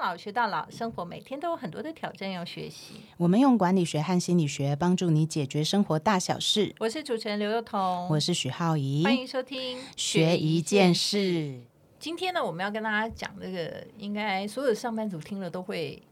小学到老，生活每天都有很多的挑战要学习。我们用管理学和心理学帮助你解决生活大小事。我是主持人刘幼彤，我是许浩怡，哦欢迎收听学一件。事。今天呢，我们要跟大家讲这个，应该所有上班族听了都会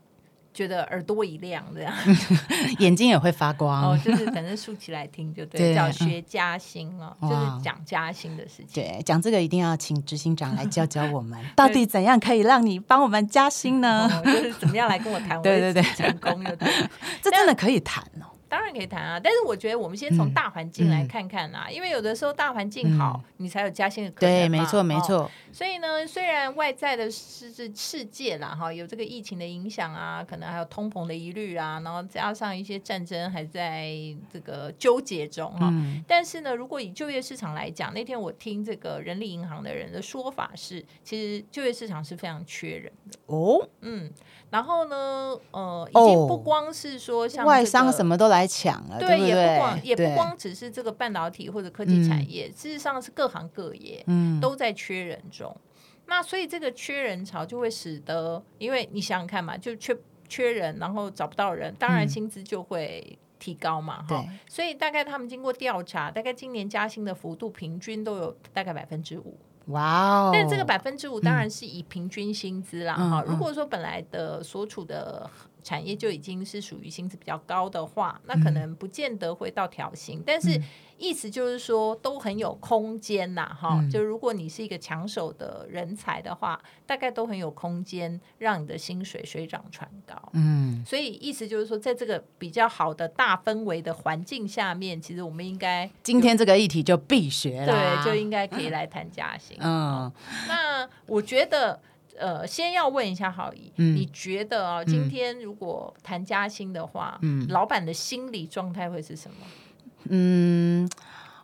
觉得耳朵一亮，这样 眼睛也会发光。 哦，就是反正竖起来听就对，啊对叫嗯学加薪哦，就哇是讲加薪的事情。对，讲这个一定要请执行长来教教 我们，到底怎样可以让你帮我们加薪哦呢？，就是怎么样来跟我谈我对对的对成功 就对了。这真的可以谈 哦。当然可以谈啊，但是我觉得我们先嗯从大环境来看看啊，因为有的时候大环境好，你才有加薪的可能嘛。嗯对，没错，没哦错，所以呢，虽然外在的世世世界啦哈，有这个疫情的影响啊，可能还有通膨的疑虑啊，然后加上一些战争还在这个纠结中哈。嗯，但是呢，如果以就业市场来讲，那天我听这个人力银行的人的说法是，其实就业市场是非常缺人。哦，嗯，然后呢，呃，已哦经不光是说像、这个外商什么都来抢了，对，不也不光对？也不对，光只是这个半导体或者科技产业，事实上是各行各业嗯，都在缺人中。那所以这个缺人潮就会使得，因为你想想看嘛，就缺缺人，然后找不到人，当然嗯薪资就会提高嘛，哈、对，所以大概他们经过调查，大概今年加薪的幅度平均都有大概百分之五。哇哦！但这个百分之五当然是以平均薪资啦，嗯哈、嗯如果说本来的所处的产业就已经是属于薪资比较高的话，那嗯可能不见得会到调薪，但是意思就是说都很有空间呐，哈、嗯就如果你是一个抢手的人才的话，大概都很有空间让你的薪水水涨船高。嗯，所以意思就是说，在这个比较好的大氛围的环境下面，其实我们应该今天这个议题就必学啦，对就应该可以来谈加薪。嗯那我觉得，呃，先要问一下郝怡，嗯你觉得啊、今天如果谈加薪的话，嗯老板的心理状态会是什么？嗯，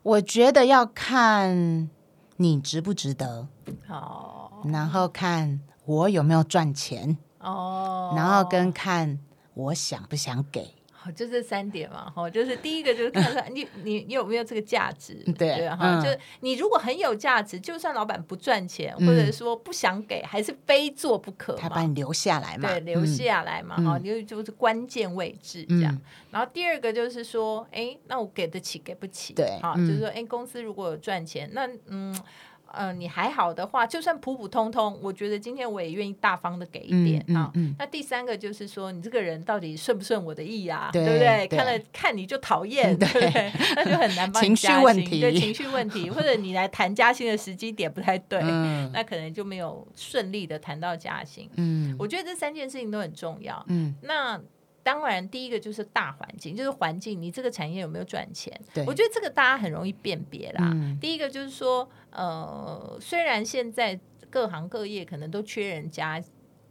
我觉得要看你值不值得，哦然后看我有没有赚钱，哦，然后跟看我想不想给。好就这三点嘛，哈，就是第一个就是看 出来你你你有没有这个价值，对对啊哈，嗯就是你如果很有价值，就算老板不赚钱，嗯或者说不想给，还是非做不可他嘛，把你留下来嘛？对，留下来嘛，嗯哈、就就是关键位置这样。然后第二个就是说，哎，那我给得起，给不起，对哈、嗯就是说，哎，公司如果有赚钱，那嗯。呃，你还好的话，就算普普通通，我觉得今天我也愿意大方的给一点嗯嗯啊。嗯那第三个就是说，你这个人到底顺不顺我的意啊？对不对？对看了看你就讨 厌，对不对？那就很难帮你情绪加薪问题对情绪问题，或者你来谈加薪的时机点不太对，嗯那可能就没有顺利的谈到加薪。嗯我觉得这三件事情都很重要。嗯，那当然，第一个就是大环境，就是环境，你这个产业有没有赚钱？对我觉得这个大家很容易辨别啦。嗯第一个就是说，呃，虽然现在各行各业可能都缺人加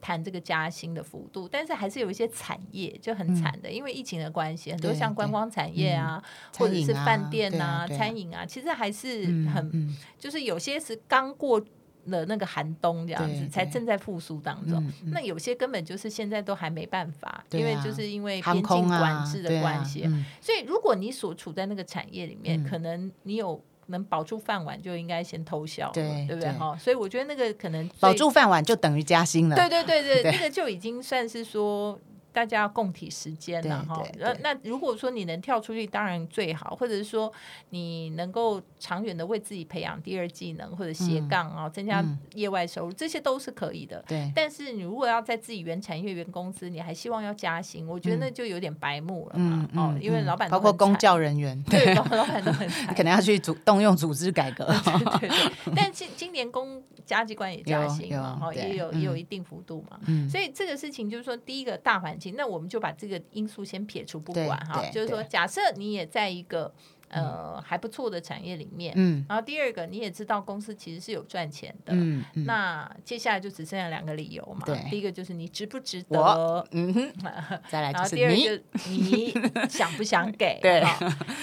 谈这个加薪的幅度，但是还是有一些产业就很惨的，因为疫情的关系，很多嗯对像对观光产业啊，嗯或者是餐饮啊饭店对啊对啊餐饮啊，其实还是嗯很嗯就是有些是刚过了那个寒冬这样对子，对才正在复苏当中嗯。那有些根本就是现在都还没办法，对因为啊就是因为边航境空啊管制的关系对啊。嗯所以如果你所处在那个产业里面，嗯可能你有。能保住饭碗就应该先偷笑了，对对不对对哈？所以我觉得那个可能最保，住饭碗就等于加薪了。对对对对，对那个就已经算是说大家要共体时间了对哈对。那对那如果说你能跳出去，当然最好，或者是说你能够长远的为自己培养第二技能或者斜杠啊，增加嗯业外收入，这些都是可以的。对但是你如果要在自己原产业、原公司，你还希望要加薪，我觉得嗯那就有点白目了嘛。哦，因为老板都包括很公惨教人员，对，老老板都很惨。可能要去组动用组织改革。 对 对，但今今年公家机关也加薪有嘛，有哦，也对有嗯也有一定幅度嘛。嗯所以这个事情就是说，第一个大环境，那我们就把这个因素先撇除不对管哈，对就是说，对假设你也在一个呃还不错的产业里面，嗯然后第二个你也知道公司其实是有赚钱的，嗯嗯，那接下来就只剩下两个理由嘛对，第一个就是你值不值得我，嗯哼， 再来然就后是第二你，个，你想不想给？ 对哈，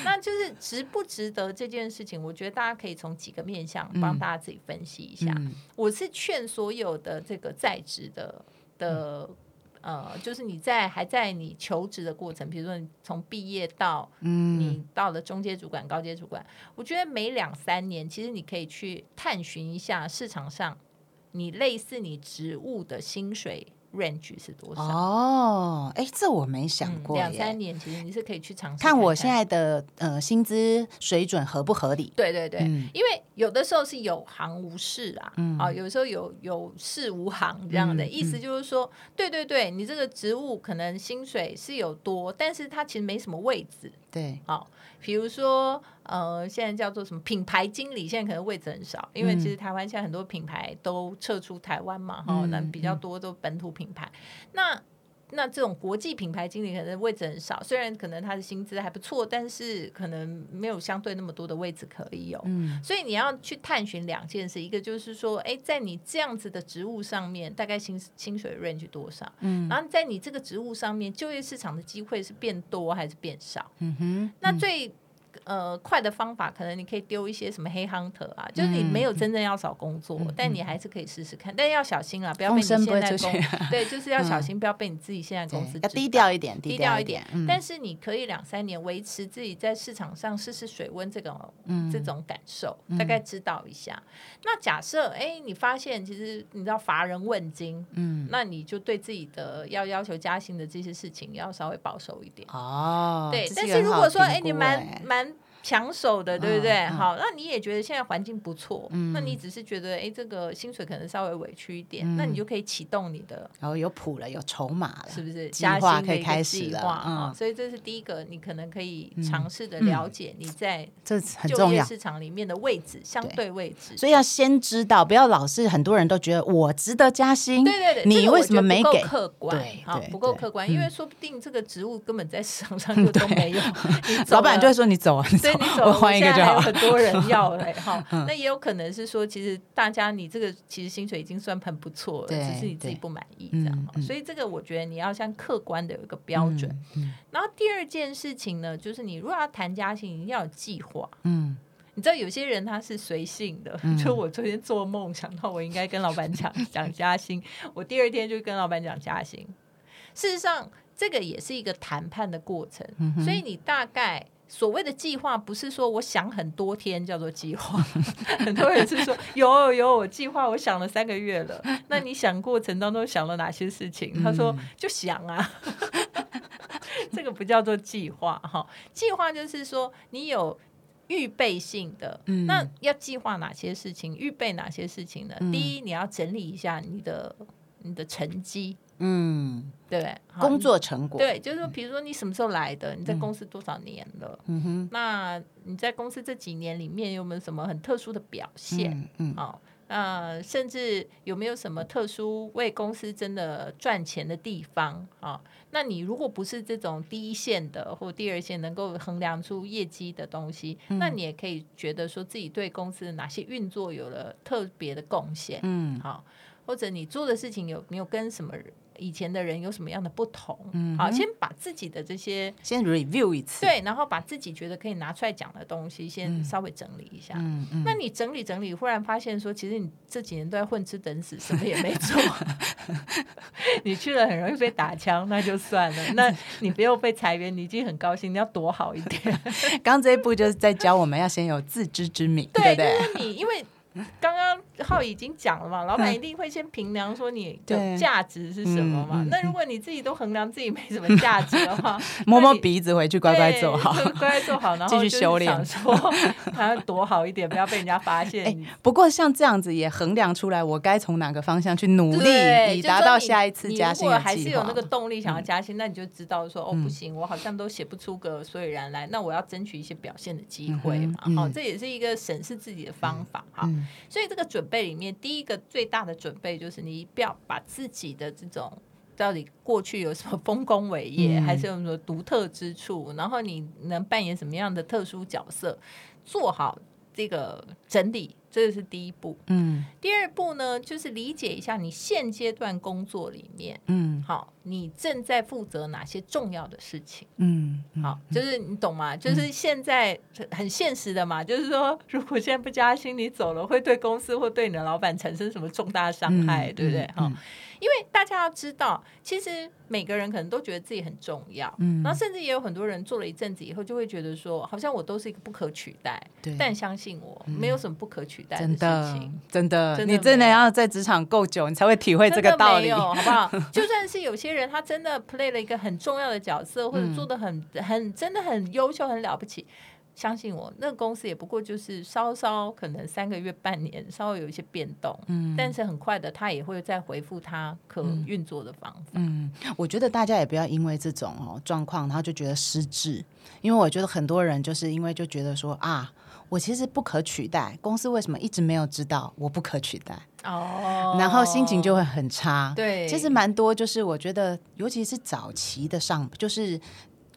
那就是值不值得这件事情，我觉得大家可以从几个面向帮大家自己分析一下。嗯我是劝所有的这个在职的的、嗯呃，就是你在还在你求职的过程，比如说你从毕业到嗯，你到了中阶主管、高阶主管，我觉得每两三年，其实你可以去探寻一下市场上你类似你职务的薪水 range 是多少？哦，哎，这我没想嗯过两耶三。年其实你是可以去尝试看我看现在的呃薪资水准合不合理？对对对，嗯因为有的时候是有行无市啊，嗯啊，有时候有有事无行这样的、嗯意思，就是说，对对对，你这个职务可能薪水是有多，但是它其实没什么位置对，啊。比如说，呃，现在叫做什么品牌经理，现在可能位置很少，因为嗯其实台湾现在很多品牌都撤出台湾嘛，哈、嗯那比较嗯多都本土品牌。那那这种国际品牌经理可能位置很少，虽然可能他的薪资还不错，但是可能没有相对那么多的位置可以有。嗯所以你要去探寻两件事，一个就是说，哎，在你这样子的职务上面，大概薪薪水 range 多少？嗯然后在你这个职务上面，就业市场的机会是变多还是变少？嗯哼，那嗯最呃快的方法，可能你可以丢一些什么黑 hunter 啊，就是你没有真正要找工作，嗯嗯嗯但你还是可以试试看，但要小心啊，不要被风你现声不会在出公去， 嗯对，就是要小心，不要被你自己现在公司对要知低道调一点，低调调一点点。。嗯但是你可以两三年维持自己在市场上试试水温这种、嗯这种感受，大概知道一下。那假设哎，你发现其实你知道乏人问津，嗯那你就对自己的要要求加薪的这些事情要稍微保守一点。哦，对，这但个是很如好果说评你估蛮哎蛮抢手的，对不对？嗯嗯嗯好，那你也觉得现在环境不错，那你只是觉得哎，这个薪水可能稍微委屈一点，嗯那你就可以启动你的然后有谱了，有筹码了，是不是计加划薪可的以一个开计始了划啊？嗯所以这是第一个，你可能可以尝试的了解你在这很就重业要。市场里面的位置，相对位置。所以要先知道，不要老是很多人都觉得我值得加薪，对对对，这你个我为什么觉得没不够给？客观对？好对，不够对嗯客观，因为说不定这个职务根本在市场上就都没 有，你走老板了就会说你走啊，你走所以啊，你走我了，换一个现就在还有好了嗯很。多人要嘞， 哈。那也有可能是说，其实大家你这个其实薪水已经算很不错了，对只是你自己对不满意这嗯样。哈哦嗯所以这个我觉得你要像客观的有一个标准。嗯然后第二件事情呢，就是你如果要谈家庭，你一定要有计划。嗯，你知道有些人他是随性的， 就我昨天做梦想到我应该跟老板讲讲加薪， 我第二天就跟老板讲加薪。事实上，这个也是一个谈判的过程，嗯所以你大概。所谓的计划不是说我想很多天叫做计划，很多人是说有有我计划，我想了三个月了。那你想过程当中想了哪些事情？他嗯说就想啊， 这个不叫做计划哈。计划就是说你有预备性的，嗯那要计划哪些事情，预备哪些事情呢？第一，你要整理一下你的你的成绩，嗯，对不对？好工作成果，对，就是说，比如说你什么时候来的，你在公司多少年了，嗯哼，那你在公司这几年里面有没有什么很特殊的表现？嗯嗯哦，那甚至有没有什么特殊为公司真的赚钱的地方啊、哦？那你如果不是这种第一线的或第二线能够衡量出业绩的东西，那嗯你也可以觉得说自己对公司的哪些运作有了特别的贡献，嗯好、或者你做的事情有没有跟什么人以前的人有什么样的不同？嗯，好，先把自己的这些先 review 一次，对，然后把自己觉得可以拿出来讲的东西先稍微整理一下，嗯嗯，那你整理整理，忽然发现说，其实你这几年都在混吃等死，什么也没 做。你去了很容易被打枪，那就算了。那你不用被裁员，你已经很高兴，你要多好一 点。刚这一步就是在教我们要先有自知之明，对，不对？就是你，因为刚刚浩已经讲了嘛，老板一定会先评量说你的对价值是什么嘛嗯嗯。，那如果你自己都衡量自己没什么价值的话 摸摸那你鼻子回去，乖乖对做好。就乖乖做 好，然后继续就是修想炼说 还要多好一点，不要被人家发现。哎，不过像这样子也衡量出来，我该从哪个方向去努对力，以就达说到你下一次你加如薪果的还是计有划嗯那。个动力想要加薪，那你就知道说哦，不行，我好像都写不出个所以然来，那我要争取一些表现的机会嘛。嗯哼好、嗯这也是一个审视自己的方法哈、嗯所以这个准备里面，第一个最大的准备就是你不要把自己的这种。到底过去有什么丰功伟业，嗯还是有什么独特之处？然后你能扮演什么样的特殊角色？做好这个整理，这是第一步。嗯第二步呢，就是理解一下你现阶段工作里面，嗯好，你正在负责哪些重要的事情？嗯，嗯好，就是你懂吗？就是现在很现实的嘛，就是说，如果现在不加薪，你走了，会对公司或对你的老板产生什么重大伤害，嗯对不对？哈、嗯因为大家要知道，其实每个人可能都觉得自己很重要，嗯然后甚至也有很多人做了一阵子以后，就会觉得说，好像我都是一个不可取代，对但相信我，没有什么不可取代嗯真事的情。，真的，真的你真的没有要在职场够久，你才会体会这真个的道没理有，。好不 好？就算是有些人，他真的 play 了一个很重要的角嗯色，或者做的很很真的很优秀、很了不起，相信我，那个公司也不过就是稍稍可能三个月、半年，稍微有一些变动，嗯，但是很快的，他也会再回复他可运作的方法。嗯，我觉得大家也不要因为这种哦状况，然后就觉得失智，因为我觉得很多人就是因为就觉得说啊，我其实不可取代，公司为什么一直没有知道我不可取代，哦然后心情就会很差。对，其实蛮多，就是我觉得，尤其是早期的上，就是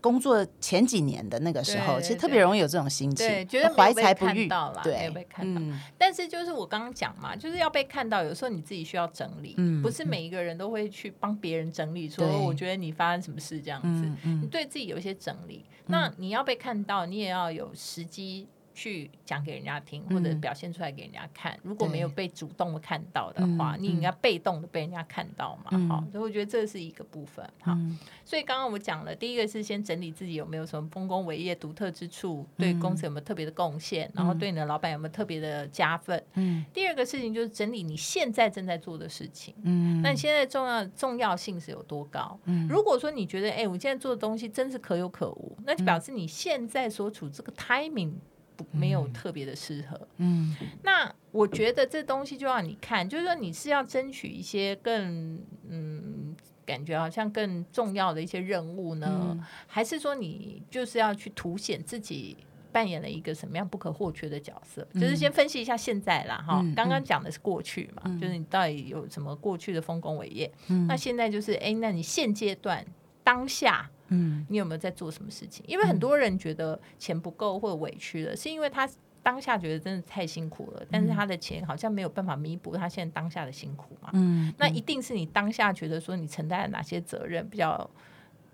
工作前几年的那个时候，对其实对特别容易有这种心情对，觉得，没怀有被才不看遇到啦，没有对，被看到。嗯，但是就是我刚刚讲嘛，就是要被看到，有时候你自己需要整理，不是每一个人都会去帮别人整理，说哦对我觉得你发生什么事这样子，嗯你对自己有一些整理。那你要被看到，你也要有时机。去讲给人家听，或者表现出来给人家看。如果没有被主动的看到的话，你应该被动的被人家看到嘛。好、所以我觉得这是一个部分。好，所以刚刚我讲了，第一个是先整理自己有没有什么丰功伟业、独特之处，对公司有没有特别的贡献，然后对你的老板有没有特别的加分。嗯，第二个事情就是整理你现在正在做的事情，嗯，那你现在重要重要性是有多高？如果说你觉得，哎、我现在做的东西真是可有可无，那就表示你现在所处这个 timing 不没有特别的适合。嗯，那我觉得这东西就要你看，就是说你是要争取一些更嗯。感觉好像更重要的一些任务呢，嗯还是说你就是要去凸显自己扮演了一个什么样不可或缺的角色？就是先分析一下现在啦，哈、嗯刚刚讲的是过去嘛，就是你到底有什么过去的丰功伟业？嗯那现在就是，哎，那你现阶段当下嗯，你有没有在做什么事情？因为很多人觉得钱不够或者委屈了，是因为他当下觉得真的太辛苦了，嗯但是他的钱好像没有办法弥补他现在当下的辛苦嘛。嗯，那一定是你当下觉得说你承担了哪些责任比较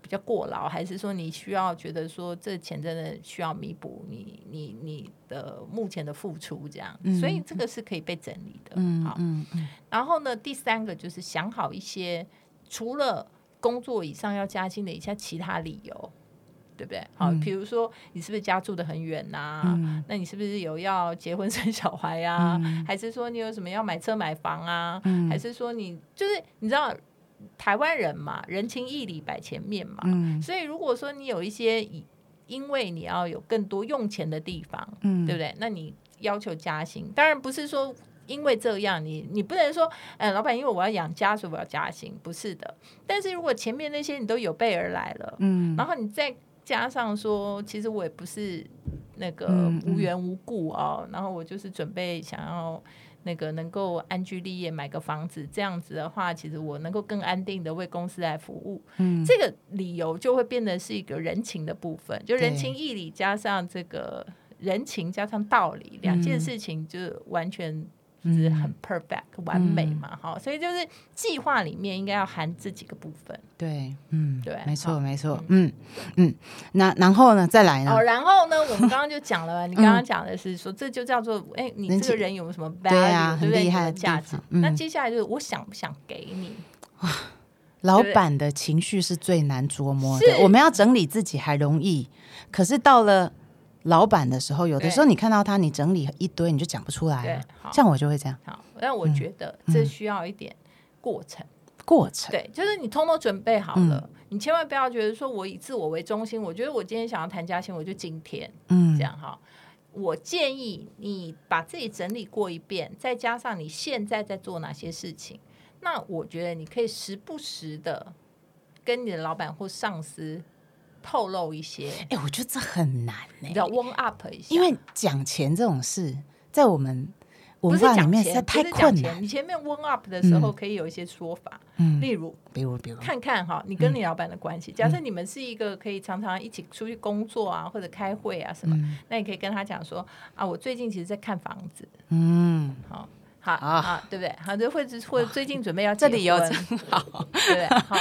比较过劳，还是说你需要觉得说这钱真的需要弥补你你你的目前的付出这样？所以这个是可以被整理的。嗯好，嗯嗯然后呢，第三个就是想好一些除了工作以上要加薪的一些其他理由，对不对？好，嗯比如说你是不是家住的很远呐、那你是不是有要结婚生小孩呀、嗯还是说你有什么要买车买房啊？还是说你就是你知道台湾人嘛，人情义理摆前面嘛，嗯所以如果说你有一些以因为你要有更多用钱的地方，嗯对不对？那你要求加薪，当然不是说因为这样，你你不能说，哎，老板，因为我要养家，所以我要加薪，不是的。但是如果前面那些你都有备而来了，嗯然后你再加上说，其实我也不是那个嗯嗯无缘无故哦，然后我就是准备想要那个能够安居立业，买个房子，这样子的话，其实我能够更安定的为公司来服务。嗯这个理由就会变得是一个人情的部分，就人情义理加上这个人情加上道理，嗯两件事情就是完全。就是很 perfect、完美嗯嘛，哈、所以就是计划里面应该要含这几个部分。对，嗯，对没错，好没错，嗯嗯，那然后呢，再来呢嗯哦，？然后呢，我们刚刚就讲了， 你刚刚讲的是说，这就叫做，哎，你人这个际人有没有什么 value，对啊不对？很厉你有没有害的地价值方。嗯那接下来就是我想不想给你？老对板的情绪是最难捉摸是的，我们要整理自己还容易，可是到了老板的时候，有的对时候你看到他，你整理一堆，你就讲不出来对了。，好，哎像嗯我就会这样，好，那我觉得这需要一点过程。过程对，就是你通通准备好嗯了，你千万不要觉得说我以自我为中心，我觉得我今天想要谈加薪，我就今天，嗯这样哈。我建议你把自己整理过一遍，再加上你现在在做哪些事情，那我觉得你可以时不时的跟你的老板或上司透露一些，哎、我觉得这很难呢、你知道 warm up 一下，因为讲钱这种事，在我们不文是化里讲面钱，实在不是太讲困钱，难。你前面 warm up 的时候可以有一些说法，嗯例如比如，比如，看看哈，你跟你老板的关系。假设你们是一个可以常常一起出去工作啊，或者开会啊什么，那你可以跟他讲说啊，我最近其实在看房子，嗯，好。好啊啊，对不对？好，就或者或者最近准备要这结里有婚真好，对不对？ 好，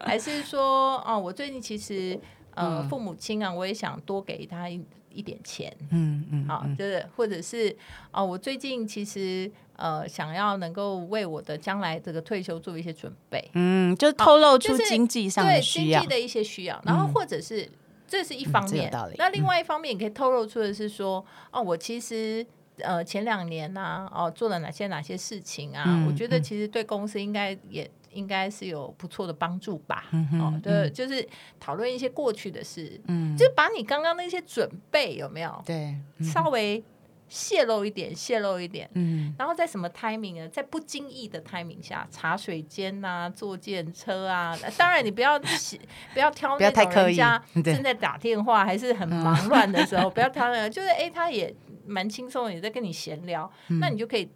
还是说哦，我最近其实呃，父母亲啊，我也想多给他一一点钱，嗯嗯，好，就是或者是哦，我最近其实呃，想要能够为我的将来这个退休做一些准备，嗯，就透露出就是经济上对的需要嗯经济，的一些需要，然后或者是、这是一方这有面，道理嗯那另外一方面你可以透露出的是说，哦，我其实呃前两年呐、哦做了哪些哪些事情啊，嗯我觉得嗯其实对公司应该也应该是有不错的帮助吧。嗯哼哦，对，嗯就是讨论一些过去的事，嗯，就把你刚刚那些准备有没有对，嗯稍微泄露一点，泄露一点。嗯然后在什么 timing 呢？在不经意的 timing 下，茶水间呐、坐电车啊， 呃当然你不要起不要挑不要那太种刻人意家嗯对正在打电话还是很忙乱的 时候，不要挑那个，就是哎，他也蛮轻松的，也在跟你闲聊，嗯那你就可以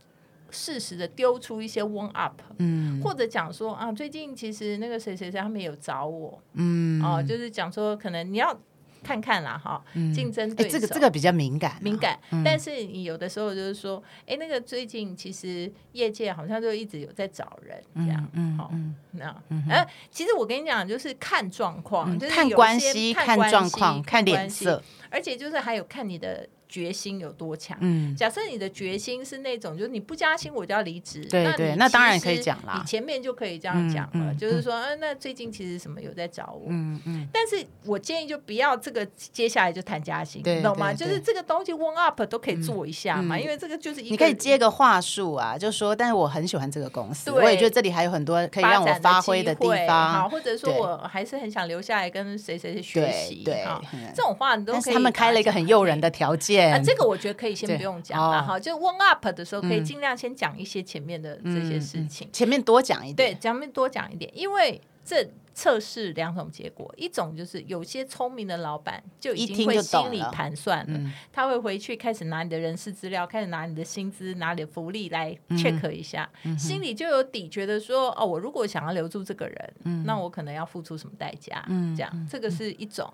适时的丢出一些 warm up，嗯或者讲说啊，最近其实那个谁谁谁他们有找我嗯哦，就是讲说可能你要看看啦哈，竞争哎，对手这个这个比较敏感啊，敏感，但是你有的时候就是说，哎、那个最近其实业界好像就一直有在找人这样，嗯好、嗯那呃，其实我跟你讲，就是看状况，嗯，就是看有关些系、看看关状系况、看脸，关色系，而且就是还有看你的决心有多强。嗯假设你的决心是那种，就是你不加薪我就要离职，对你对那当然其实可以讲啦你前面就可以这样讲了，嗯嗯就是说，嗯、那最近其实什么有在找我，嗯嗯，但是我建议就不要这个，接下来就谈加薪，对你懂吗？对就是对这个东西 warm up 都可以做一下嘛，嗯因为这个就是一个你可以接个话术啊，就说，但是我很喜欢这个公司，我对也觉得这里还有很多可以发让我展发挥的机地会好，方，或者说对我还是很想留下来跟谁谁谁学对习对啊，。嗯这种话你都可但以。是他们开了一个很诱人的。条啊，件，这个我觉得可以先对不用讲了哦哈，就 warm up 的时候可以嗯尽量先讲一些前面的这些事情嗯，前面多讲一对，点，咱们多讲一点，因为这测试两种结果，一种就是有些聪明的老板就已一经听会就懂心理了盘算了，嗯他会回去开始拿你的人事资料，开始拿你的薪资、拿你的福利来嗯 check 一下，心里就有底，觉得说哦，我如果想要留住这个人，那我可能要付出什么代价？嗯这样，这个是一种。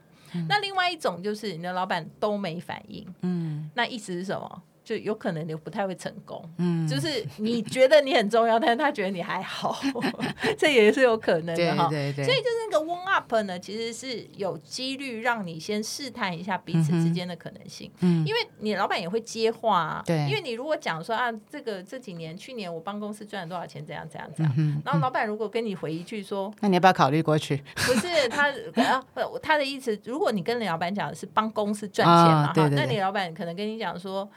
那另外一种就是你的老板都没反应，嗯那意思是什么？就有可能你不太会成功，嗯，就是你觉得你很重要，但是他觉得你还 好，这也是有可能对的哈。对对，所以就是那个 warm up 呢，其实是有几率让你先试探一下彼此之间的可能性，嗯因为你老板也会接话、啊，对因为你如果讲说啊，这个这几年去年我帮公司赚了多少钱，怎样怎样怎样，嗯哼，然后老板如果跟你回一句说那你要不要考虑过去？不 是他啊，不他的意思，如果你跟你老板讲的是帮公司赚钱嘛，啊哈、对对那对你老板可能跟你讲说。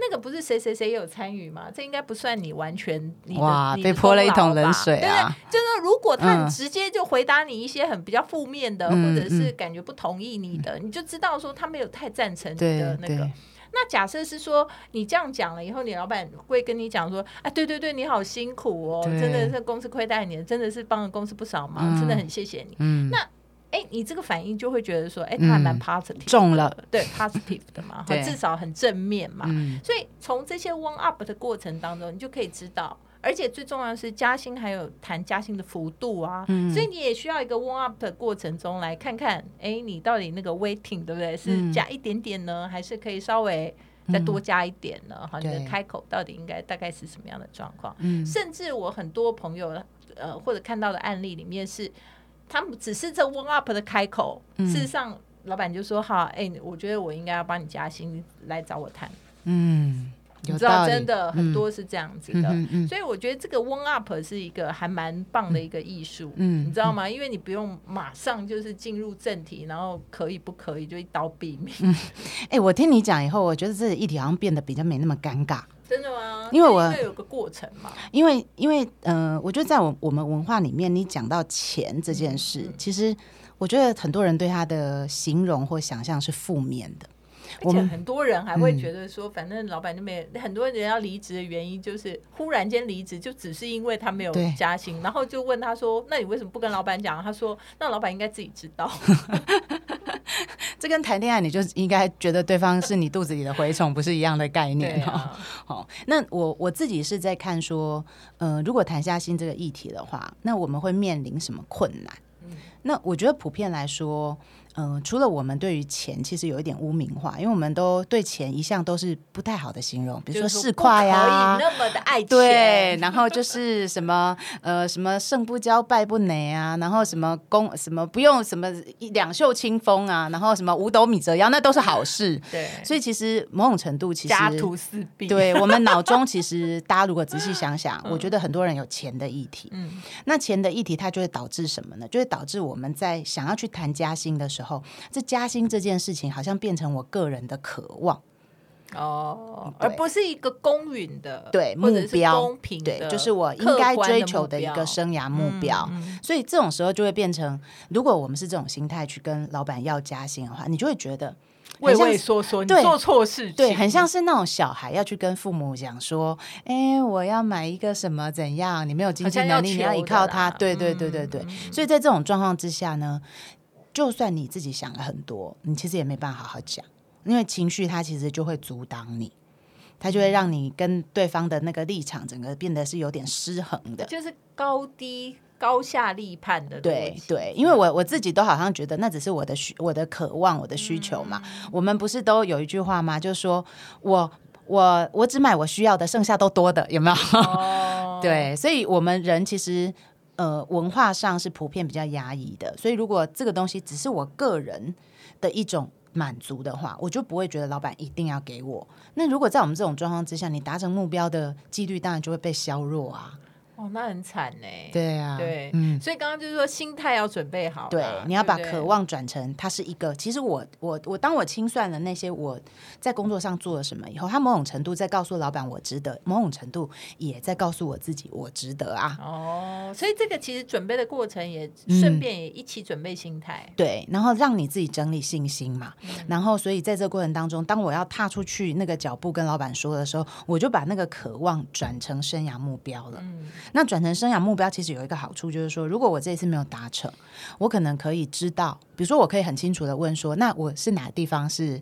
那个不是谁谁谁有参与嘛？这应该不算你完全你的哇你的被泼了一桶功劳吧冷水啊对不对？就是如果他嗯直接就回答你一些很比较负面的，嗯或者是感觉不同意你的，你就知道说他没有太赞成你对的那个对。，那假设是说你这样讲了以后，你老板会跟你讲说：“啊，对对对，你好辛苦哦，对真的是公司亏待你，真的是帮了公司不少忙，嗯真的很谢谢你。嗯，那哎，你这个反应就会觉得说，哎，他还蛮嗯 positive，、中了，对 positive 的嘛，哈对至少很正面嘛。嗯所以从这些 warm up 的过程当中，你就可以知道，而且最重要的是加薪还有谈加薪的幅度啊。嗯所以你也需要一个 warm up 的过程中来看看，哎，你到底那个 waiting 对不对？是嗯加一点点呢，还是可以稍微再多加一点呢？哈、你的对开口到底应该大概是什么样的状况？嗯甚至我很多朋友呃或者看到的案例里面是，他们只是这 warm up 的开口，嗯事实上老板就说好，哎、我觉得我应该要帮你加薪，你来找我谈。嗯，你有知道道理，真的很嗯多是这样子嗯的，嗯嗯所以我觉得这个 warm up 是一个还蛮棒的一个艺术。嗯你知道吗？因为你不用马上就是进入正题，然后可以不可以就一刀毙命，哎、我听你讲以后，我觉得这议题好像变得比较没那么尴尬， 真的吗？因为我这有个过程嘛，因为因为呃，我觉得在我我们文化里面，你讲到钱这件事，嗯其实我觉得很多人对它的形容或想象是负面的。而我且们嗯很多人还会觉得说，反正老板就没很多人要离职的原因就是忽然间离职，就只是因为他没有对加薪，然后就问他说：“那你为什么不跟老板讲？”他说：“那老板应该自己知道。”这跟谈恋爱，你就应该觉得对方是你肚子里的蛔虫，不是一样的概 对念、哦。啊，好、那我我自己是在看说，呃，如果谈下薪这个议题的话，那我们会面临什么困难？嗯那我觉得普遍来说，嗯、除了我们对于钱其实有一点污名化，因为我们都对钱一向都是不太好的形容，比如就是市不侩呀、可以那么的爱钱，啊对，然后就是什么呃什么胜不骄败不馁啊，然后什么公什么不用什么一两袖清风啊，然后什么五斗米折腰，那都是好事。对，所以其实某种程度，其实家徒四壁，， 对我们脑中其实大家如果仔细想想，我觉得很多人有钱的议题。嗯那钱的议题，它就会导致什么呢？就会导致我们在想要去谈加薪的时候，这加薪这件事情好像变成我个人的渴望。哦，对而不是一个公允的，对或者目是标公平的，对，就是我应该追求的一个生涯目标。嗯所以这种时候就会变成，如果我们是这种心态去跟老板要加薪的话，你就会觉得畏很像畏缩缩，你对做错事情，对，很像是那种小孩要去跟父母讲说：“哎，我要买一个什么怎样？你没有经济好像要能力，你求要依靠的啦他。”嗯对对对对对。所以在这种状况之下呢，就算你自己想了很多，你其实也没办法好好讲，因为情绪它其实就会阻挡你，它嗯就会让你跟对方的那个立场整个变得是有点失衡的。就是高低高下立判的逻对辑对，因为嗯我我自己都好像觉得那只是我的需、我的渴望、我的需求嘛。嗯我们不是都有一句话吗？就是说我我我只买我需要的，剩下都多的，有没有？哦， 对，所以我们人其实呃文化上是普遍比较压抑的，所以如果这个东西只是我个人的一种。满足的话，我就不会觉得老板一定要给我。那如果在我们这种状况之下，你达成目标的几率当然就会被削弱啊。哦，那很惨呢。对啊，对嗯，所以刚刚就是说心态要准备好啦，嗯对，你要把不对渴望转成它是一个。其实我我我，当我清算了那些我在工作上做了什么以后，他某种程度在告诉老板我值得，某种程度也在告诉我自己我值得啊。哦，所以这个其实准备的过程也嗯顺便也一起准备心态，对，然后让你自己整理信心嘛。嗯然后，所以在这个过程当中，当我要踏出去那个脚步跟老板说的时候，我就把那个渴望转成生涯目标了。嗯那转成生涯目标，其实有一个好处就是说，如果我这一次没有达成，我可能可以知道，比如说我可以很清楚的问说，那我是哪地方是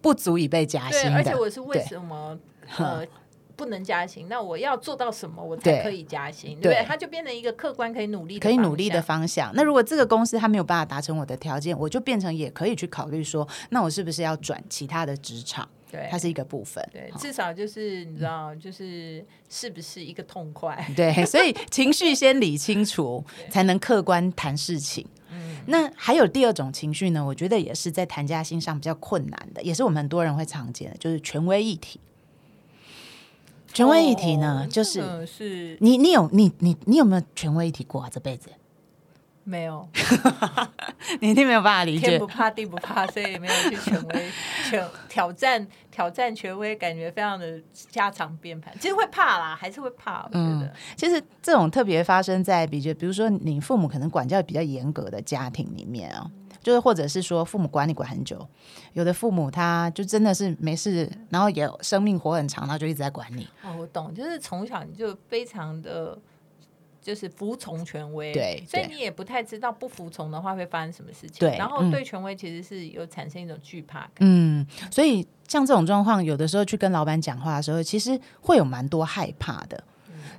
不足以被加薪对，的？而且我是为对什么呃不能加薪？那我要做到什么我对才可以加薪？对对，它就变成一个客观可以努力可以努力的方向方向。那如果这个公司它没有办法达成我的条件，我就变成也可以去考虑说，那我是不是要转其他的职场？对它是一个部分。对，好至少就是你知道，就是是不是一个痛快？对，所以情绪先理清楚，才能客观谈事情。那还有第二种情绪呢，我觉得也是在谈家心上比较困难的，也是我们很多人会常见的，就是权威议题。 权威议题呢，哦就是、这个是你你有你你你有没有权威议题过啊？这辈子没有 你一定没有办法理天解不。怕地不怕，所以没有去权威权挑战挑战权威，感觉非常的家常便饭。其实会怕啦，还是会怕，我觉嗯得。其实这种特别发生在比较，比如说你父母可能管教比较严格的家庭里面啊、就是或者是说父母管你管很久，有的父母他就真的是没事，然后也有生命活很长，他就一直在管你。哦，我懂，就是从小你就非常的。就是服从权威，对所以对你也不太知道不服从的话会发生什么事情。对然后嗯对权威其实是有产生一种惧怕感。嗯，所以像这种状况，有的时候去跟老板讲话的时候，其实会有蛮多害怕的。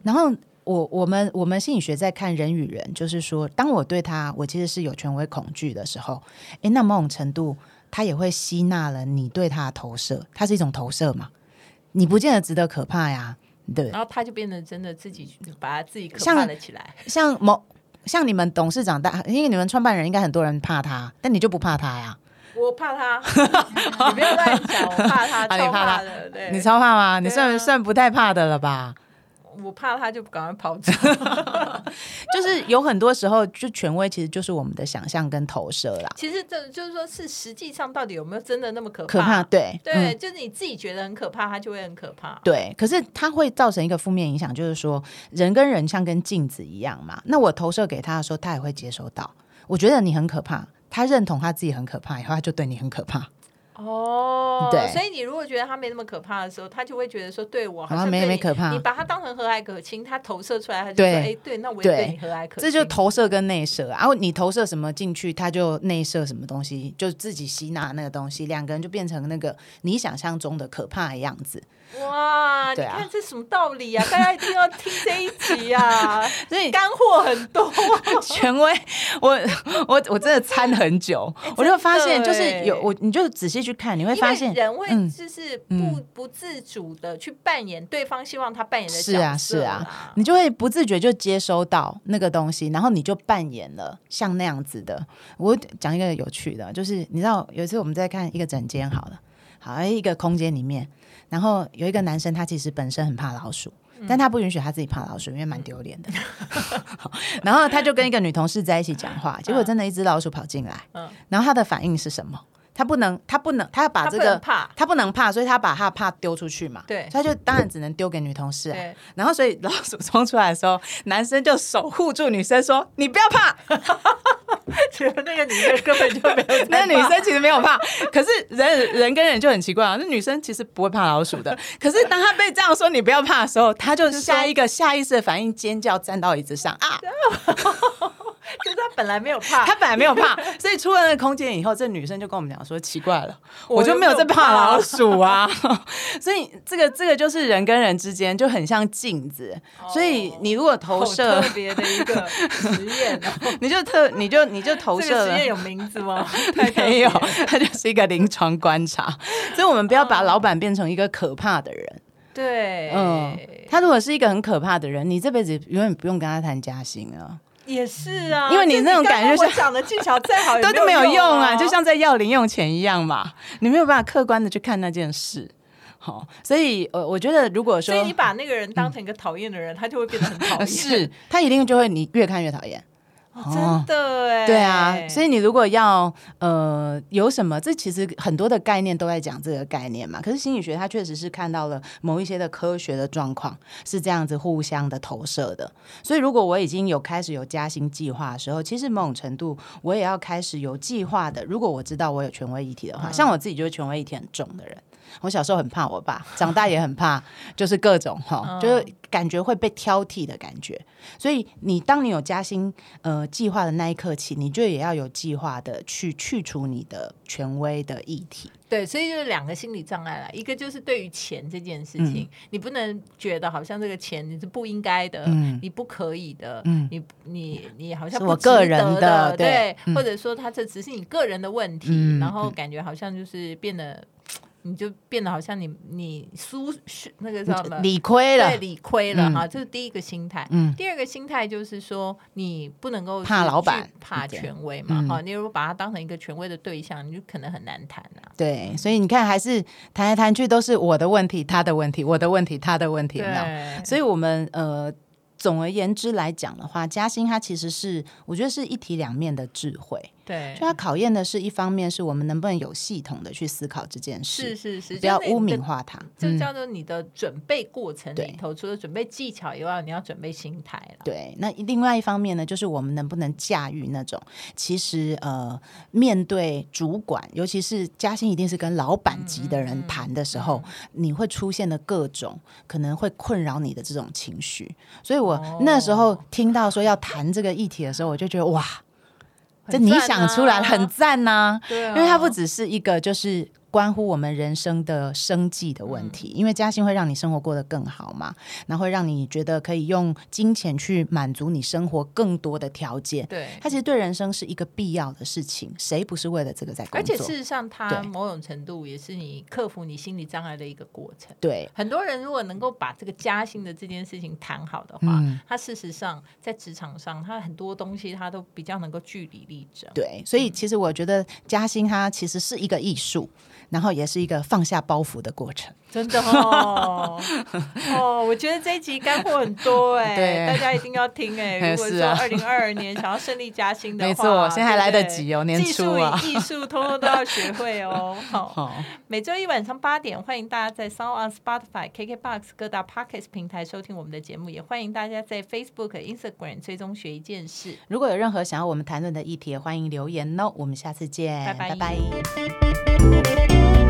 然后我我们我们心理学在看人与人，就是说，当我对他我其实是有权威恐惧的时候，诶，那某种程度他也会吸纳了你对他的投射，它是一种投射嘛，你不见得值得可怕呀，对不对？然后他就变得真的自己把他自己可像怕了起来。像某像你们董事长大，因为你们创办人应该很多人怕他，但你就不怕他呀？我怕 他，你不要乱讲，我怕他，啊你超怕他的。对，你超怕吗？你对啊算、算不太怕的了吧？我怕他就赶快跑走。就是有很多时候，就权威其实就是我们的想象跟投射啦，其实这就是说是实际上到底有没有真的那么可怕？可怕，对对，嗯就是你自己觉得很可怕，他就会很可怕。对，可是它会造成一个负面影响，就是说人跟人像跟镜子一样嘛。那我投射给他的时候，他也会接收到。我觉得你很可怕，他认同他自己很可怕以后，他就对你很可怕，哦，对所以你如果觉得他没那么可怕的时候，他就会觉得说，对我好好像像没对没你可怕你把他当成和蔼可亲，他投射出来，他就说，对哎，对，那我也对对你和蔼可这亲。就投射跟内射啊。然后你投射什么进去，他就内射什么东西，就自己吸纳那个东西，两个人就变成那个你想象中的可怕的样子。哇，你对啊看这什么道理啊？大家一定要听这一集 啊，所以干货很多。 权威，我我我真的参很久，哎我就发现就是有欸我，你就仔细去看，你会因发为现人会嗯就是不、嗯不自主的去扮演对方希望他扮演的角是色啊是啊啦，你就会不自觉就接收到那个东西，然后你就扮演了像那样子的。我讲一个有趣的，就是你知道有一次我们在看一个整间好了，好一个空间里面，然后有一个男生他其实本身很怕老鼠。嗯但他不允许他自己怕老鼠，因为蛮丢 脸的。 好然嗯后他就跟一个女同事在一起讲话，结果真的一只老鼠跑进来，然后他的反应是什么？他不能，他不能，他要把他这不能个怕，他不能怕，所以他把他的怕丢出去嘛。对所以他就当然只能丢给女同事、啊。对，然后，所以老鼠冲出来的时候，男生就守护住女生说：“你不要怕。觉 得那个女生根本就没有”在那个女怕生其实没有怕，可是人人跟人就很奇怪啊。那女生其实不会怕老鼠的，可是当她被这样说“你不要怕”的时候，她就说下一个下意识的反应尖叫，站到椅子上啊！就是她本来没有怕她，本来没有怕，所以出了那个空间以后，这女生就跟我们讲说：“奇怪了，我我就又没有在没有怕怕啊老鼠啊。” 所以这个这个就是人跟人之间就很像镜子，所以你如果投哦好射。特别的一 个实验哦。你就特你就你就投这射个实了验。有名字 吗？太特没别有了，它就是一个临床观察，所以我们不要把老板变成一个可怕的人。对，嗯，他如果是一个很可怕的人，你这辈子永远不用跟他谈加薪了，也是啊，嗯因为你就那种刚感觉刚像我讲的技巧再 好也都都没有有用啊，啊，就像在要零用钱一样嘛，你没有办法客观的去看那件事。好，所以呃，我觉得如果所以说呃你把那个人当成一个讨厌的人，他就会变得很讨厌， 是他一定就会你越看越讨厌。哦真的哎，对啊，所以以你如果要呃有什么，这其实很多的概念都在讲这个概念嘛。可是心理学它确实是看到了某一些的科学的状况是这样子互相的投射的。所以如果我已经有开始有加薪计划的时候，其实某种程度我也要开始有计划的。如果我知道我有权威议题的话，像我自己就是权威议题很重的人。我小时候很怕我爸，长大也很怕，就是各种哈，就是感觉会被挑剔的感觉。所以你当你有加薪呃计划的那一刻起，你就也要有计划的去去除你的权威的议题。对，所以就是两个心理障碍啦，一个就是对于钱这件事情，你不能觉得好像这个钱你是不应该的，嗯你不可以的，嗯你你你好像是不我值得个人的，的对，对嗯或者说他这只是你个人的问题，嗯然后感觉好像就是变得，你就变得好像你你输是那个叫什么？理亏对，了，理亏了嗯哈，这是第一个心态。嗯第二个心态就是说，你不能够怕去老板去怕对权威嘛嗯哈。你如果把它当成一个权威的对象，你就可能很难谈啊。对，所以你看，还是谈来谈去都是我的问题，他的问题，我的问题，他的问题，有没有？对，所以我们呃，总而言之来讲的话，加薪它其实是我觉得是一体两面的智慧，对就，它考验的是一方面是我们能不能有系统的去思考这件是是事，是，不要就那污你的名。化它。就嗯叫做你的准备过程里对头，除了准备技巧以外，你要准备心态了。对，那另外一方面呢，就是我们能不能驾驭那种其实呃，面对主管，尤其是加薪一定是跟老嗯板级的人谈的时候，你会出现的各种可能会困扰你的这种情绪。所以哦我那时候听到说要谈这个议题的时候，我就觉得哇，这很你赞想出来啊很赞呐、对啊，因为它不只是一个就是关乎我们人生的生计的问嗯题，因为加薪会让你生活过得更好嘛，然后会让你觉得可以用金钱去满足你生活更多的条件。对，它其实对人生是一个必要的事情，谁不是为了这个在工作？而且事实上，它对某种程度也是你克服你心理障碍的一个过程。对，很多人如果能够把这个加薪的这件事情谈好的话，嗯，他事实上在职场上，他很多东西他都比较能够据理力争。对，所以其实我觉得加薪它其实是一个艺术，然后也是一个放下包袱的过程。真的 哦，哦，我觉得这一集干货很多哎、对大家一定要听 哎、哎如果是说啊二零二二年想要顺利加薪的话，没错现在还来对得不对及哦年初啊技术与艺术通通都要学会 哦。好，好，每周一晚上八点，欢迎大家在 Sound on Spotify、KKBox 各大 Podcast 平台收听我们的节目，也欢迎大家在 Facebook、Instagram 追踪学一件事。如果有任何想要我们谈论的议题，也欢迎留言哦。我们下次见，拜拜拜拜